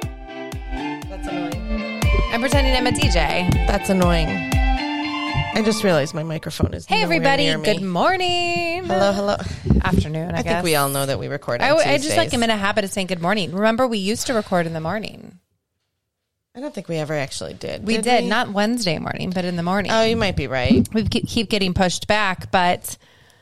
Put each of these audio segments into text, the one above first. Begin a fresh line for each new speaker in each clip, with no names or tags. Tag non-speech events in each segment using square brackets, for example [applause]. That's annoying. I'm pretending I'm a DJ.
That's annoying. I just realized my microphone is.
Hey,
nowhere
everybody.
near me.
Good morning.
Hello, hello.
Afternoon, I,
I
guess.
think we all know that we record. On
I, I just like
Tuesdays.
am in a habit of saying good morning. Remember, we used to record in the morning.
I don't think we ever actually did.
We did,
we?
not Wednesday morning, but in the morning.
Oh, you might be right.
we ke- keep getting pushed back, but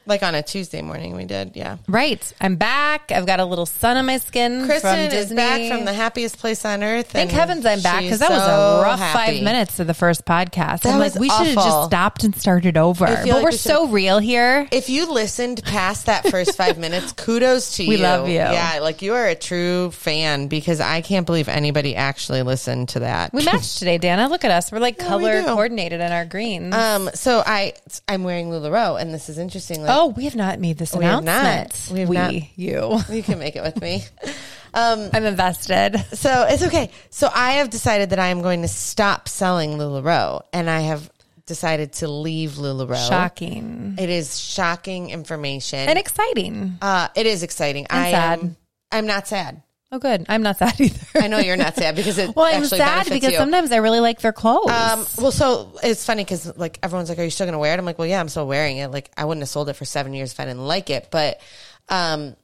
Like on a Tuesday morning, we did. Yeah.
right, I'm back. I've got a little sun on my skin
Kristen
from
is
Disney.
back from the happiest place on earth.
Thank
and
heavens I'm back
she's
because that was
so
a rough
happy.
five minutes of the first podcast. I'm like,
was
we should have
awful.
just stopped and started over.
I
But
feel like
we're
we should-
so real here.
If you listened past that first five
[laughs]
minutes, kudos to you.
We love you.
Yeah, like you are a true fan because I can't believe anybody actually listened to that. [laughs]
We matched today, Dana. Look at us. We're like
we
color
do.
coordinated in our greens.
um, so I I'm wearing Lularoe, and this is interesting. Like,
oh, we have not made this
We have not.
announcement.
We have
we
not. [laughs]
you.
you can make it with me. [laughs] Um,
[laughs] I'm invested.
so it's okay. So I have decided that I am going to stop selling Lularoe, and I have decided to leave Lularoe.
Shocking
It is shocking information.
and exciting.
uh, it is exciting. I
sad.
Am, I'm not sad.
Oh, good. I'm not sad [laughs] either.
I know you're not sad because it.
[laughs] well, I'm
actually
sad
benefits
because
you.
sometimes I really like their clothes.
Um, well, so it's funny because like everyone's like, "Are you still gonna wear it?" I'm like, "Well, yeah, I'm still wearing it. Like, I wouldn't have sold it for seven years if I didn't like it." But, um,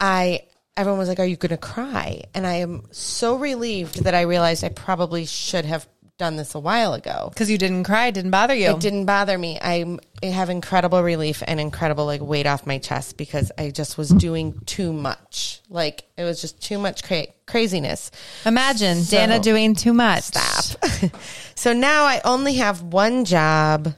I everyone was like, "Are you gonna cry?" And I am so relieved that I realized I probably should have done this a while ago.
because you didn't cry, it didn't bother you.
It didn't bother me. I have incredible relief and incredible like weight off my chest because I just was doing too much. Like it was just too much cra- craziness.
Imagine
So-
Dana doing too much.
stop. [laughs] so now I only have one job.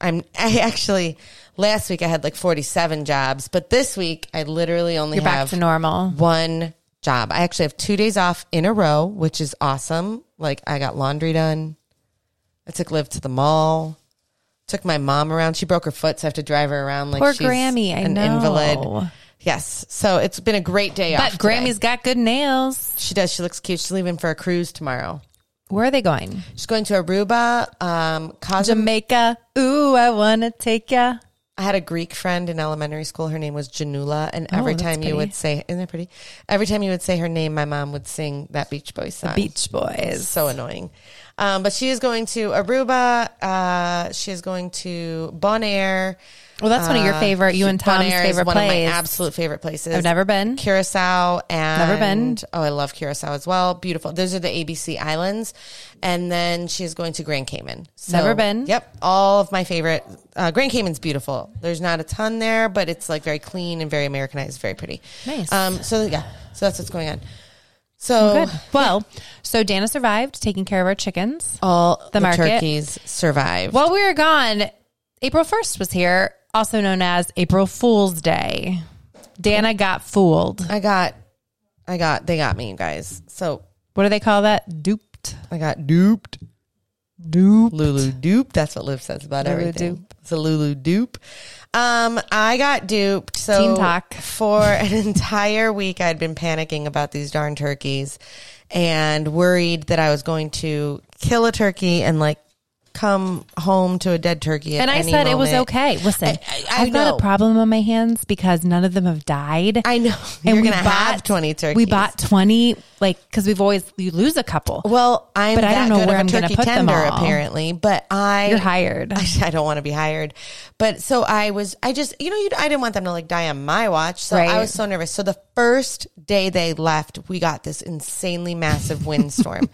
I'm I actually last week I had like 47 jobs, but this week I literally only
You're back
have
to normal.
one job. I actually have 2 days off in a row, which is awesome. Like I got laundry done. I took Liv to the mall. Took my mom around. She broke her foot, so I have to drive her around like
Poor
she's
Grammy, I
an
know.
invalid. Yes, so it's been a great day
But
off. today.
Grammy's got good nails.
she does. She looks cute. She's leaving for a cruise tomorrow.
Where are they going?
She's going to Aruba. Um, Cozum-
Jamaica. Ooh, I wanna take ya.
I had a Greek friend in elementary school. Her name was Janula, and every
Oh, that's
time you
pretty.
would say, "Isn't it pretty?" Every time you would say her name, my mom would sing that Beach Boys song.
Beach Boys.
So annoying. Um, but she is going to Aruba. Uh, she is going to Bonaire.
Well, that's one of your
Uh,
favorite, you and Tom's
Bonaire is
favorite
one of
plays.
my absolute favorite places.
I've never been.
Curacao and
Never been.
Oh, I love Curacao as well. Beautiful. Those are the ABC islands, and then she's going to Grand Cayman. So,
Never been.
Yep, all of my favorite. Uh, Grand Cayman's beautiful. There's not a ton there, but it's like very clean and very Americanized, very pretty.
Nice.
Um. So yeah. So that's what's going on. So
Good.
Oh.
Well, so Dana survived taking care of our chickens.
all the,
market.
turkeys survive.
While we were gone, April 1st was here, also known as April Fool's Day. Dana got fooled.
I got, I got, they got me, you guys. So
What do they call that? Duped.
I got duped. Dupe. Lulu dupe. That's what Liv says about
Lulu
everything.
dupe.
It's a Lulu dupe. Um, I got duped. So
Teen talk.
for an [laughs] entire week, I'd been panicking about these darn turkeys and worried that I was going to kill a turkey and like come home to a dead turkey. at
And I
any
said it was
moment.
okay. Listen, I,
I- I
have got
know.
a problem on my hands because none of them have died.
I know you're
and we
gonna have
bought-
twenty turkeys.
We bought 20, like, because we've always, you lose a couple.
Well, I'm
But I
that
don't know
good of a
where I'm gonna
turkey
put them
tender
all.
apparently, but I
You're hired.
[laughs] I, I don't want to be hired. But so I was, I just, you know, you, I didn't want them to like die on my watch. So
Right.
I was so nervous. So the first day they left, we got this insanely massive
[laughs]
windstorm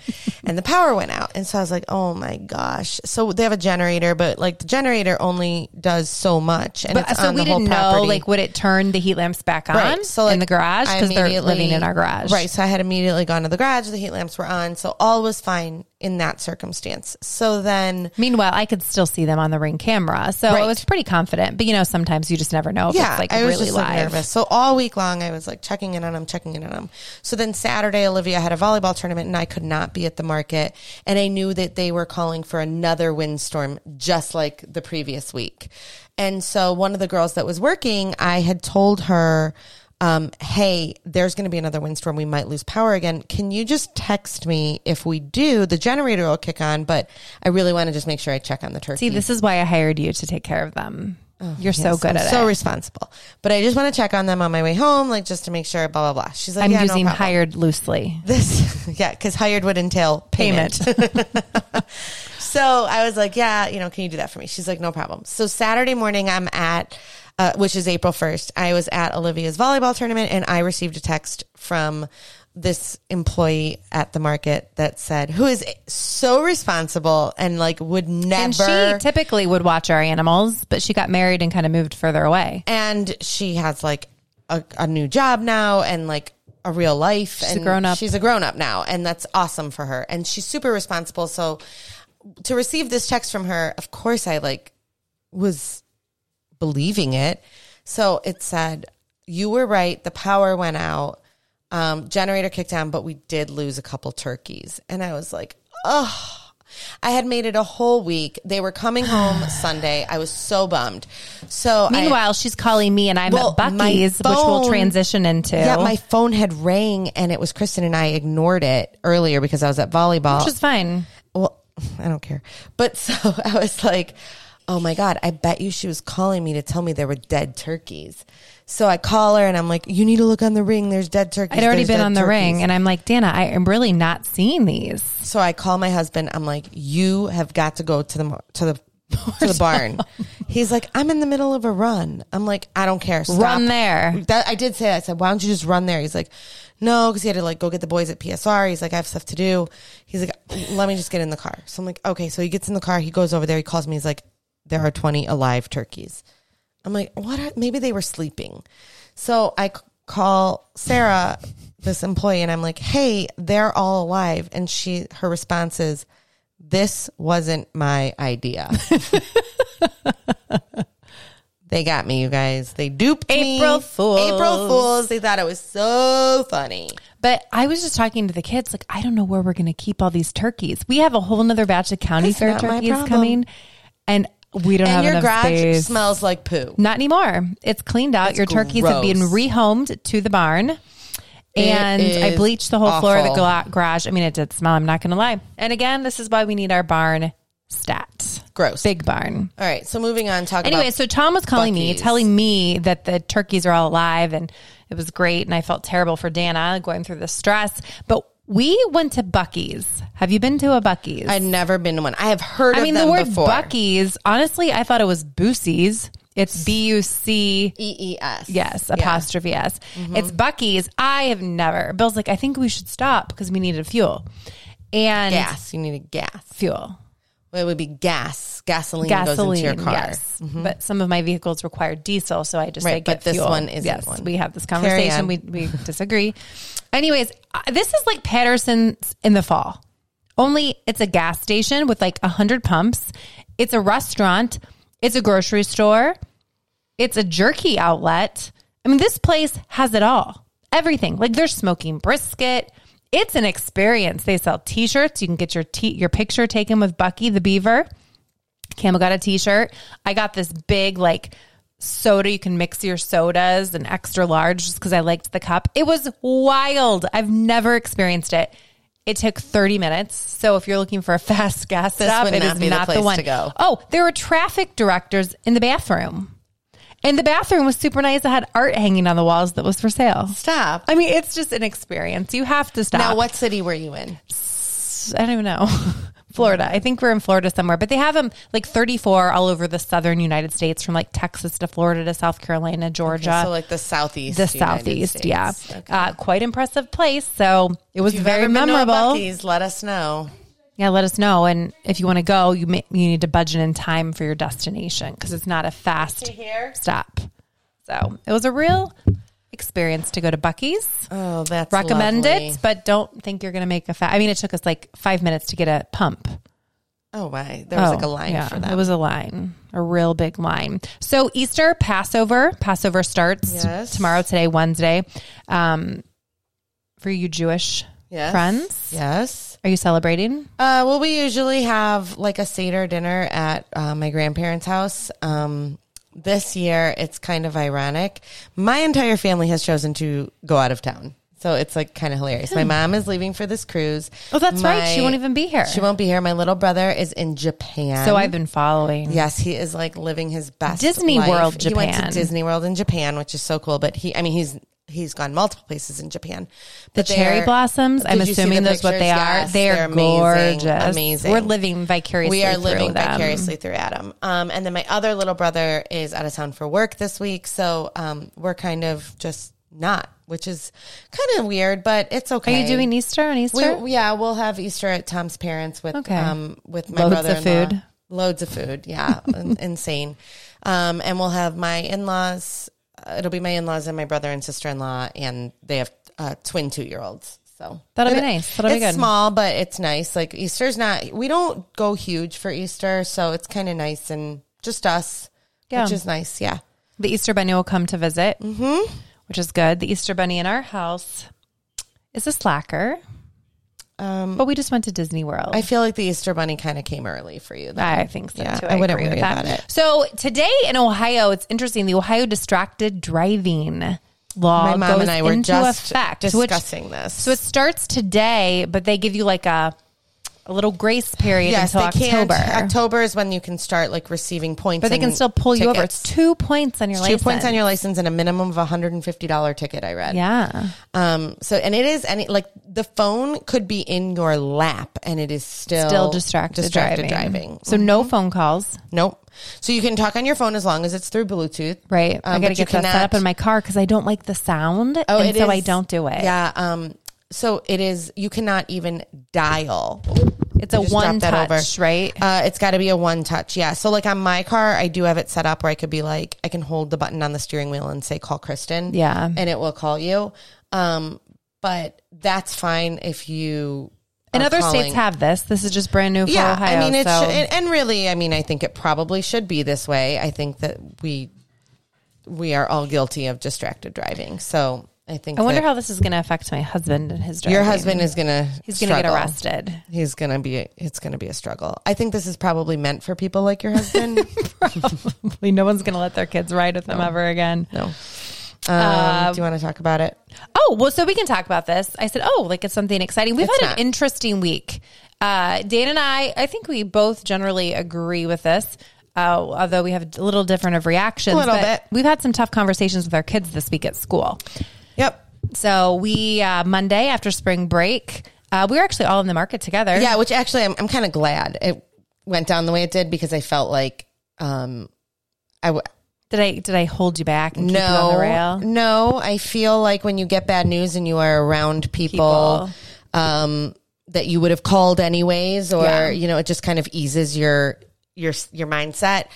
and the power went out. And so I was like, oh my gosh. So they have a generator, but like the generator only does so much. And
But,
it's
so
on
we
the whole
didn't know,
property.
like, would it turn the heat lamps back on
Right. So like
in the garage?
I
Because they're
immediately-
living in our garage.
Right. So I had immediately gone to the garage. The heat lamps were on. So all was fine in that circumstance. So then
Meanwhile, I could still see them on the ring camera, so I
Right.
was pretty confident. But you know, sometimes you just never know if it's like
I was
really
just like,
live.
nervous. So all week long, I was like checking in on them, checking in on them. So then Saturday, Olivia had a volleyball tournament, and I could not be at the market. And I knew that they were calling for another windstorm, just like the previous week. And so one of the girls that was working, I had told her. Um, hey, there's going to be another windstorm. We might lose power again. Can you just text me if we do? The generator will kick on, but I really want to just make sure I check on the turkey.
see, this is why I hired you to take care of them. You're so good
Oh, I'm
at
so
it.
responsible. But I just want to check on them on my way home, like just to make sure, blah, blah, blah. She's like,
I'm
yeah, no
using
problem.
hired loosely.
This, [laughs] yeah, because hired would entail payment.
Payment.
So I was like, yeah, you know, can you do that for me? She's like, no problem. So Saturday morning, I'm at, uh, which is April 1st, I was at Olivia's volleyball tournament and I received a text from this employee at the market that said, who is so responsible and like would
and
never.
she typically would watch our animals, but she got married and kind of moved further away.
and she has like a, a new job now and like a real life. She's
a grown-up.
She's a grown up now, and that's awesome for her. And she's super responsible. So to receive this text from her, of course, I like was believing it. So it said, "You were right. The power went out. Um, generator kicked on, but we did lose a couple turkeys." And I was like, "Oh." I had made it a whole week. They were coming [sighs] home Sunday. I was so bummed. So I-
Meanwhile, she's calling me and I'm
Well,
at Bucky's,
my
which we'll
phone-
transition into.
Yeah, my phone had rang and it was Kristen and I ignored it earlier because I was at volleyball.
which is fine.
well, [laughs] I don't care. But [laughs] so I was like, oh my God, I bet you she was calling me to tell me there were dead turkeys. So I call her and I'm like, you need to look on the ring. There's dead turkeys.
I'd already
There's
been
dead
on the
turkeys."
ring and I'm like, Dana, I am really not seeing these.
So I call my husband. I'm like, you have got to go to the, mo- to the,
[laughs]
to the barn. He's like, I'm in the middle of a run. I'm like, I don't care. Stop.
Run there.
That I did say. that. I said, "Why don't you just run there?" He's like, "No," because he had to like go get the boys at PSR. He's like, "I have stuff to do." He's like, "Let me just get in the car." So I'm like, "Okay." So he gets in the car. He goes over there. He calls me. He's like, "There are 20 alive turkeys." I'm like, "What? Are, maybe they were sleeping." So I c- call Sarah, this employee, and I'm like, "Hey, they're all alive." And she, her response is, "This wasn't my idea." [laughs] They got me, you guys. They duped me.
April Fools.
April Fools. They thought it was so funny.
But I was just talking to the kids, like, I don't know where we're going to keep all these turkeys. We have a whole nother batch of county
That's
fair
not my
turkeys
problem.
coming and we don't
and
have
your
enough
garage
space.
smells like poo.
Not anymore. It's cleaned out. Your turkeys have been
gross.
rehomed to the barn.
It
And I
is
bleached the whole floor of the
awful.
gla- garage. I mean, it did smell. I'm not going to lie. And again, this is why we need our barn stat.
Gross.
Big barn.
All right. So moving on, talk
Anyway,
about
so Tom was calling me,
Buc-ee's.
telling me that the turkeys are all alive and it was great. And I felt terrible for Dana going through the stress. But we went to Bucky's. Have you been to a Bucky's?
I'd never been to one. I have heard
I mean,
of
the
them
word
before.
Bucky's, honestly, I thought it was Boosie's. It's B U C
EES.
Yes, apostrophe S.
Mm-hmm.
It's Bucky's. I have never. Bill's like, I think we should stop because we needed fuel and
Gas. You need a gas.
fuel,
Well, it would be gas. Gasoline, goes
gasoline.
into your car. Mm-hmm.
Yes, but some of my vehicles require diesel, so I just say
Right,
get
but this
fuel.
one isn't
Yes,
one.
we have this
Carry
conversation.
on.
We we [laughs] disagree. Anyways, uh, this is like Patterson's in the fall. Only it's a gas station with like a hundred pumps. It's a restaurant. It's a grocery store. It's a jerky outlet. I mean, this place has it all. Everything. Like they're smoking brisket. It's an experience. They sell t-shirts. You can get your t- your picture taken with Bucky the Beaver. Camel got a t-shirt. I got this big like soda you can mix your sodas and extra large just cuz I liked the cup. It was wild. I've never experienced it. It took 30 minutes. So if you're looking for a [laughs] fast gas stop,
would
it
not
is
be the
not the
place
one
to go.
Oh, there were traffic directors in the bathroom. And the bathroom was super nice. It had art hanging on the walls that was for sale.
Stop.
I mean, it's just an experience. You have to stop.
Now, what city were you in?
I don't know. [laughs] Florida. I think we're in Florida somewhere, but they have them like 34 all over the southern United States from like Texas to Florida to South Carolina, Georgia,
So, like the southeast.
the
United
southeast.
States.
Yeah.
If
Uh, quite impressive place. So it was
you've
very
ever been to a
memorable.
Buc-ee's, let us know.
Yeah, let us know. And if you want to go, you, may, you need to budget in time for your destination because it's not a fast
hear?
stop. So it was a real experience to go to Bucky's.
Oh, that's
Recommend
lovely.
it, but don't think you're going to make a fat. I mean, it took us like five minutes to get a pump.
Oh, why? There was like a
Oh,
line for
It
that.
was a line, a real big line. So Easter, Passover, Passover starts
Yes.
tomorrow, today, Wednesday. Um, for you Jewish
Yes.
friends,
Yes.
are you celebrating?
Uh, well, we usually have like a Seder dinner at uh, my grandparents' house. Um, this year, it's kind of ironic. My entire family has chosen to go out of town. So it's like kind of hilarious. My mom is leaving for this cruise.
Hmm. Oh, that's right. She won't even be here.
She won't be here. My little brother is in Japan.
So I've been following.
Yes, he is like living his best.
Disney
life.
World,
He went to
Japan.
Disney World in Japan, which is so cool. But he, I mean, he's he's gone multiple places in Japan.
The
But they
cherry
are-
blossoms. I'm
Did you see
assuming
the
that's what they
pictures?
are.
Yes,
they are
they're amazing,
gorgeous.
Amazing.
We're living vicariously.
We are
through
living
them.
vicariously through Adam. Um, and then my other little brother is out of town for work this week, so um, we're kind of just not, which is kind of weird, but it's
Are
okay.
you doing Easter on Easter?
We, yeah, we'll have Easter at Tom's parents with
Okay.
um with my
Loads of
brother
food.
Loads of food,
[laughs]
yeah, in- insane. Um, and we'll have my in laws. It'll be my in laws and my brother and sister in law, and they have uh, twin two year olds. So
That'll be
It-
nice. That'll be
it's
good.
small, but it's nice. Like Easter's not. We don't go huge for Easter, so it's kind of nice and just us,
Yeah.
which is nice. Yeah.
the Easter Bunny will come to visit, mm-hmm. which is good. The Easter Bunny in our house is a slacker,
Um,
but we just went to Disney World.
I feel like the Easter bunny kind of came early for you. Though.
I think so
Yeah,
too.
I wouldn't
agree with
worry
that.
about it.
So today in Ohio, it's interesting. The Ohio distracted driving law
My mom
goes
and I were
into
just
effect, which-
discussing this.
so it starts today, but they give you like a a little grace period until
they can't-
October.
October is when you can start like receiving points,
but they can
and
still pull you over. It's
tickets.
two points on your
two
license.
points on your license and a minimum of a hundred and fifty dollar ticket. I read.
yeah.
Um. So and it is any like the phone could be in your lap and it is still
Still distracted,
distracted
driving.
driving. Mm-hmm.
So no phone calls,
Nope. So you can talk on your phone as long as it's through Bluetooth.
right? I
Um,
got to
but you
get that set
cannot-
up in my car because I don't like the sound,
Oh,
and
it
so I
is-
don't do it.
Yeah. Um. So it is. You cannot even dial.
It's a
Just drop
one
that
touch,
over.
right?
Uh, it's got to be a one touch. Yeah. So like on my car, I do have it set up where I could be like, I can hold the button on the steering wheel and say, call Kristen.
Yeah.
And it will call you. Um, but that's fine if you.
And
are
other
calling-
states have this. This is just brand new for
Yeah.
Ohio.
I mean, it
so.
should, and, and really, I mean, I think it probably should be this way. I think that we, we are all guilty of distracted driving. So I think
I wonder
that
how this is going to affect my husband and his driving.
your husband is going to,
He's going to get arrested. [laughs]
He's gonna be. It's gonna be a struggle. I think this is probably meant for people like your
[laughs]
husband.
Probably no one's going to let their kids ride with them ever again.
No. Um, do you want to talk about it?
Oh, well, so we can talk about this. I said, oh, like it's something exciting. We've
It's
had
not.
an interesting week. Uh, Dan and I, I think we both generally agree with this, uh, although we have a little different of reactions.
A little
but
bit.
We've had some tough conversations with our kids this week at school.
Yep.
So we, uh, Monday after spring break, uh, we were actually all in the market together.
Yeah, which actually I'm, I'm kind of glad it went down the way it did because I felt like um I w-
Did I did I hold you back and keep you on the
no
rail?
no I feel like when you get bad news and you are around people, um that you would have called anyways or
Yeah.
you know it just kind of eases your your your mindset.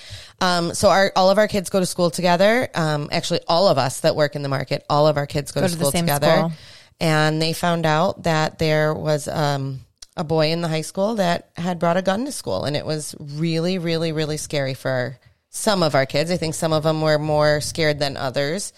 Um so our all of our kids go to school together. Um actually all of us that work in the market, all of our kids go, to,
to the
school
same
together.
school.
and they found out that there was um, a boy in the high school that had brought a gun to school, and it was really, really, really scary for some of our kids. I think some of them were more scared than others.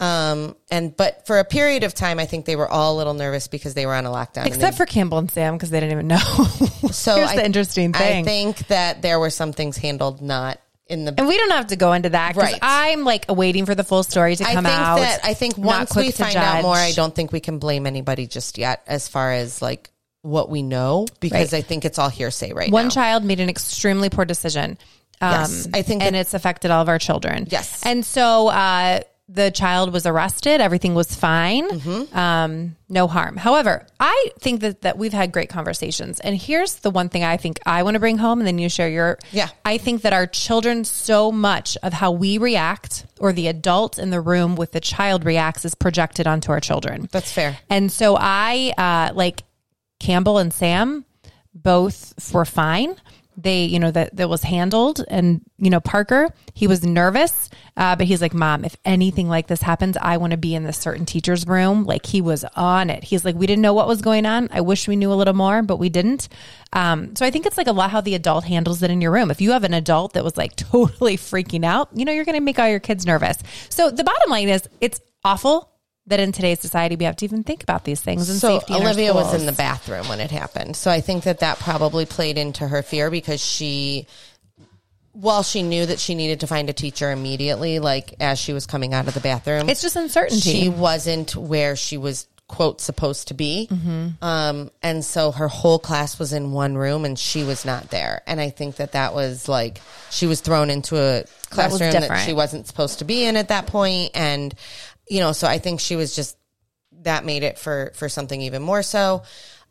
Um, and but for a period of time, I think they were all a little nervous because they were on a lockdown. and
Except for Campbell and Sam because they didn't even know.
they- so
[laughs] here's the interesting
I
thing.
think that there were some things handled not in the
and we don't have to go into that because
Right.
I'm like waiting for the full story to
I
come
think
out.
that I think
Not
once
quick
we
to
find out more, I
judge.
don't think we can blame anybody just yet as far as like what we know because
Right.
I think it's all hearsay right
One
now.
child made an extremely poor decision. Um,
Yes, I think
and
that-
it's affected all of our children.
Yes.
and so uh, the child was arrested. Everything was fine.
Mm-hmm.
Um, no harm. However, I think that that we've had great conversations. And here's the one thing I think I want to bring home, and then you share your.
Yeah.
I think that our children so much of how we react, or the adult in the room with the child reacts, is projected onto our children.
That's fair.
And so I uh, like Campbell and Sam both were fine. They, you know, that that was handled, and you know Parker, he was nervous, uh, but he's like, "Mom, if anything like this happens, I want to be in this certain teacher's room." Like he was on it. He's like, "We didn't know what was going on. I wish we knew a little more, but we didn't." Um, so I think it's like a lot how the adult handles it in your room. If you have an adult that was like [laughs] totally freaking out, you know, you're going to make all your kids nervous. So the bottom line is, it's awful that in today's society we have to even think about these things and
So
safety. in our
Olivia was
schools.
in the bathroom when it happened. So I think that that probably played into her fear because she, while she knew that she needed to find a teacher immediately, like as she was coming out of the bathroom,
It's just uncertainty.
she wasn't where she was quote supposed to be. Um, and so her whole class was in one room and she was not there. And I think that that was like she was thrown into a
was
classroom that,
different.
she wasn't supposed to be in at that point. And you know, so I think she was just that made it for for something even more so.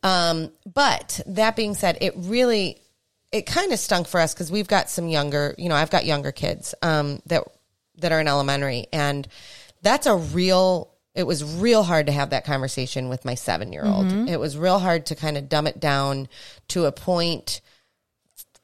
Um, but that being said, it really it kind of stunk for us because we've got some younger, you know, I've got younger kids um, that that are in elementary, and that's a real. It was real hard to have that conversation with my seven year old. It was real hard to kind of dumb it down to a point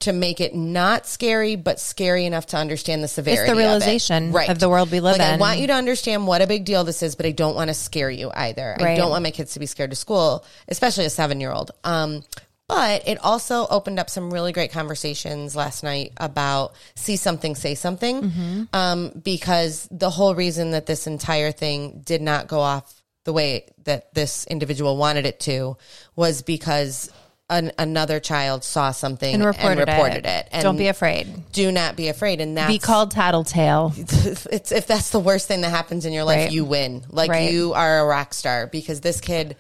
to make it not scary, but scary enough to understand the severity. of it.
realization of the world we live
Like, I
in.
want you to understand what a big deal this is, but I don't want to scare you either. I
Right.
don't want my kids to be scared to school, especially a seven year old. Um, but it also opened up some really great conversations last night about see something, say something,
Mm-hmm.
um, because the whole reason that this entire thing did not go off the way that this individual wanted it to was because an, another child saw something
and reported,
reported
it.
it. And
Don't be afraid.
do not be afraid. And that's
Be called tattletale.
[laughs] it's if that's the worst thing that happens in your life,
Right.
you win. Like
Right.
you are a rock star because this kid,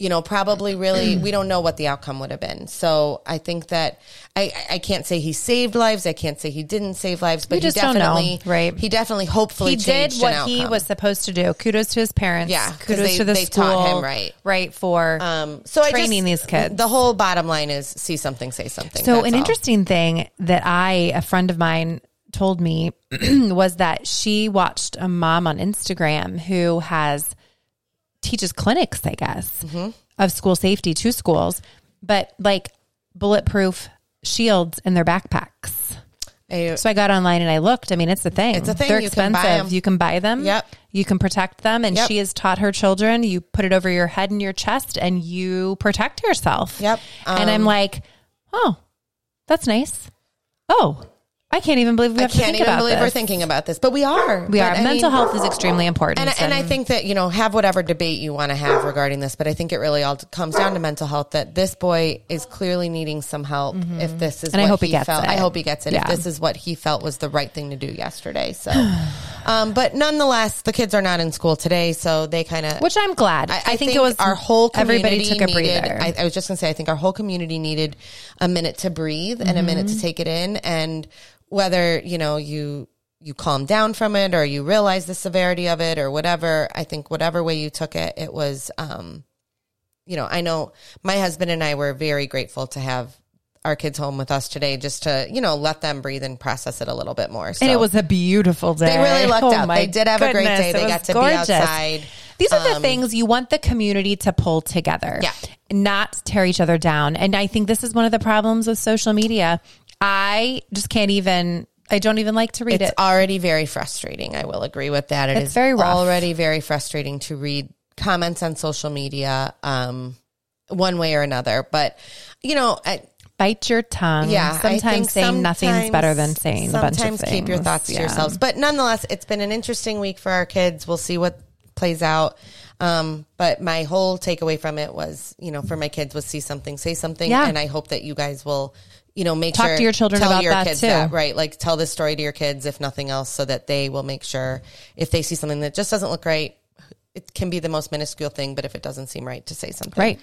you know, probably really
[clears throat]
we don't know what the outcome would have been. So I think that I I can't say he saved lives. I can't say he didn't save lives, but
You just
he
don't know,
definitely
right.
He definitely hopefully
He did
changed an
what he
outcome.
was supposed to do. Kudos to his parents.
Yeah, 'cause
kudos
they-
to the
they
school.
taught him right.
right for
Um, so I
training
just,
these kids.
The whole bottom line is see something, say something.
So,
That's
an
all.
interesting thing that I, a friend of mine, told me [clears throat] was that she watched a mom on Instagram who has teaches clinics, I guess, of school safety to schools, but like bulletproof shields in their backpacks.
I-
So I got online and I looked. I mean, it's a thing. It's
a thing.
They're
You can
expensive.
buy 'em.
You can buy them.
Yep.
You can protect them. And
Yep.
she has taught her children. You put it over your head and your chest, and you protect yourself.
Yep. Um,
and I'm like, oh, that's nice. Oh, I can't even believe we
I
have to
can't
think
even
about
believe we're
this.
thinking about this, but we are.
we are.
But, I
Mental
mean-
health is extremely important.
And, and I think that, you know, have whatever debate you want to have regarding this, but I think it really all comes down to mental health that this boy is clearly needing some help if this is
Mm-hmm. And I
what
hope he gets
felt. I
it.
hope he gets it.
Yeah.
If this is what he felt was the right thing to do yesterday.
[sighs]
So, um, but nonetheless, the kids are not in school today, so they kind of.
which I'm glad. I, think, it was
our whole
everybody
community
took a
needed-
breather.
I, I was just gonna say, I think our whole community needed a minute to breathe
Mm-hmm.
and a minute to take it in, and whether you know you you calm down from it or you realize the severity of it or whatever. I think whatever way you took it, it was, um, you know, I know my husband and I were very grateful to have our kids home with us today, just to you know let them breathe and process it a little bit more. So.
and it was a beautiful day.
They really lucked
Oh
out.
my
They did have a great
goodness,
day.
it
They
was
got to
gorgeous.
be outside.
These are the things you want the community to pull together.
Um, Yeah.
Not tear each other down. And I think this is one of the problems with social media. I just can't even I don't even like to read
it's
it.
already very frustrating. I will agree with that. It
It's
is
very rough.
already very frustrating to read comments on social media, um, one way or another. But you know, I,
Bite your tongue.
yeah, I
Um, Sometimes
think
saying nothing's
sometimes-
better than saying a bunch of
Sometimes keep your
things.
thoughts
Yeah.
to yourselves. But nonetheless, it's been an interesting week for our kids. We'll see what plays out. Um, but my whole takeaway from it was, you know, for my kids was see something, say something,
Yeah.
and I hope that you guys will, you know, make
Talk
sure
to your children
tell
about
your
that,
kids
too.
that, right? Like tell this story to your kids if nothing else, so that they will make sure if they see something that just doesn't look right. It can be the most minuscule thing, but if it doesn't seem right, to say something.
Right.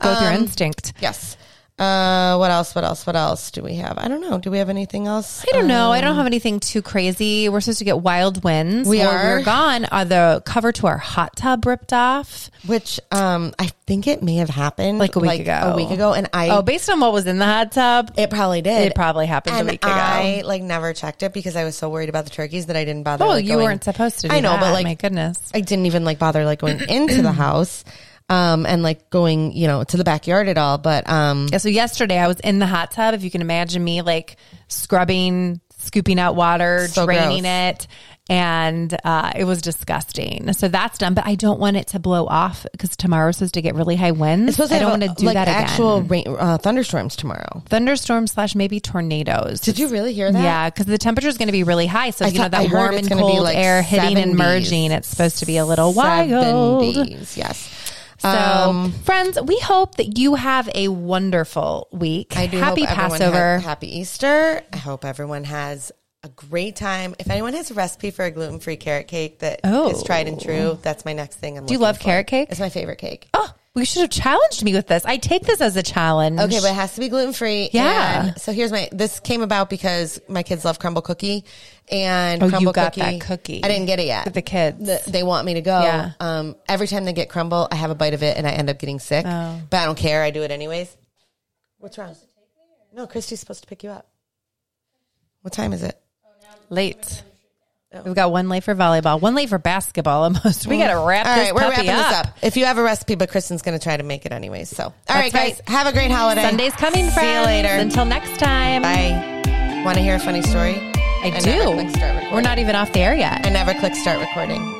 Go
Um,
with your instinct.
Yes. Uh, what else? What else? What else do we have? I don't know. Do we have anything else?
I don't know. I don't have anything too crazy. We're supposed to get wild winds.
um, We
While We
are.
were gone. Uh, the cover to our hot tub ripped off.
Which um, I think it may have happened
Like a week ago.
A week ago, and I
Oh, based on what was in the hot tub,
it probably did.
It probably happened a
and
week ago.
I like never checked it because I was so worried about the turkeys that I didn't bother.
Oh,
like,
you
going-
weren't supposed to. Do
I know,
that.
but like
my goodness,
I didn't even like bother like going into
[clears throat]
the house, um, and like going you know to the backyard at all. But um,
yeah. So yesterday I was in the hot tub. If you can imagine me like scrubbing, scooping out water,
So
draining
gross.
it, and uh, it was disgusting. So that's done. But I don't want it to blow off because tomorrow's supposed to get really high winds.
supposed to
I
have,
don't want to do
like,
that again.
actual rain, uh, thunderstorms tomorrow.
Thunderstorms slash maybe tornadoes.
Did you really hear that?
Yeah, because the temperature is going to be really high. So
I
you know
thought- I
that
heard
warm
it's
and
gonna be,
cold
like,
air hitting and
70s.
merging. It's supposed to be a little wild.
70s, Yes.
So,
Um,
friends, we hope that you have a wonderful week.
I do
Happy
hope everyone
Passover.
has- happy Easter. I hope everyone has a a great time. If anyone has a recipe for a gluten free carrot cake that is
Oh.
tried and true, that's my next thing. I'm
Do you love carrot cake?
It's my favorite cake.
Oh, we should have challenged me with this. I take this as a challenge.
Okay, but it has to be gluten free.
Yeah.
so here's my. This came about because my kids love crumble cookie, and
Oh, you
crumble
got
cookie.
that cookie.
I didn't get it yet.
With the kids.
Th- they want me to go.
Yeah.
Um. Every time they get crumble, I have a bite of it, and I end up getting sick.
Oh.
But I don't care. I do it anyways. What's wrong? No, Christy's supposed to pick you up. What time is it?
late. We've got one late for volleyball, one late for basketball. Almost, we got to wrap
All
this
right, we're
puppy
wrapping
up.
this up. If you have a recipe, but Kristen's going to try to make it anyways. So, all right,
right.
guys, have a great holiday.
Sunday's coming,
See you
friends.
later.
Until next time.
Bye. Want to hear a funny story?
I
never click
do.
start recording.
We're not even off the air yet.
I never click start recording.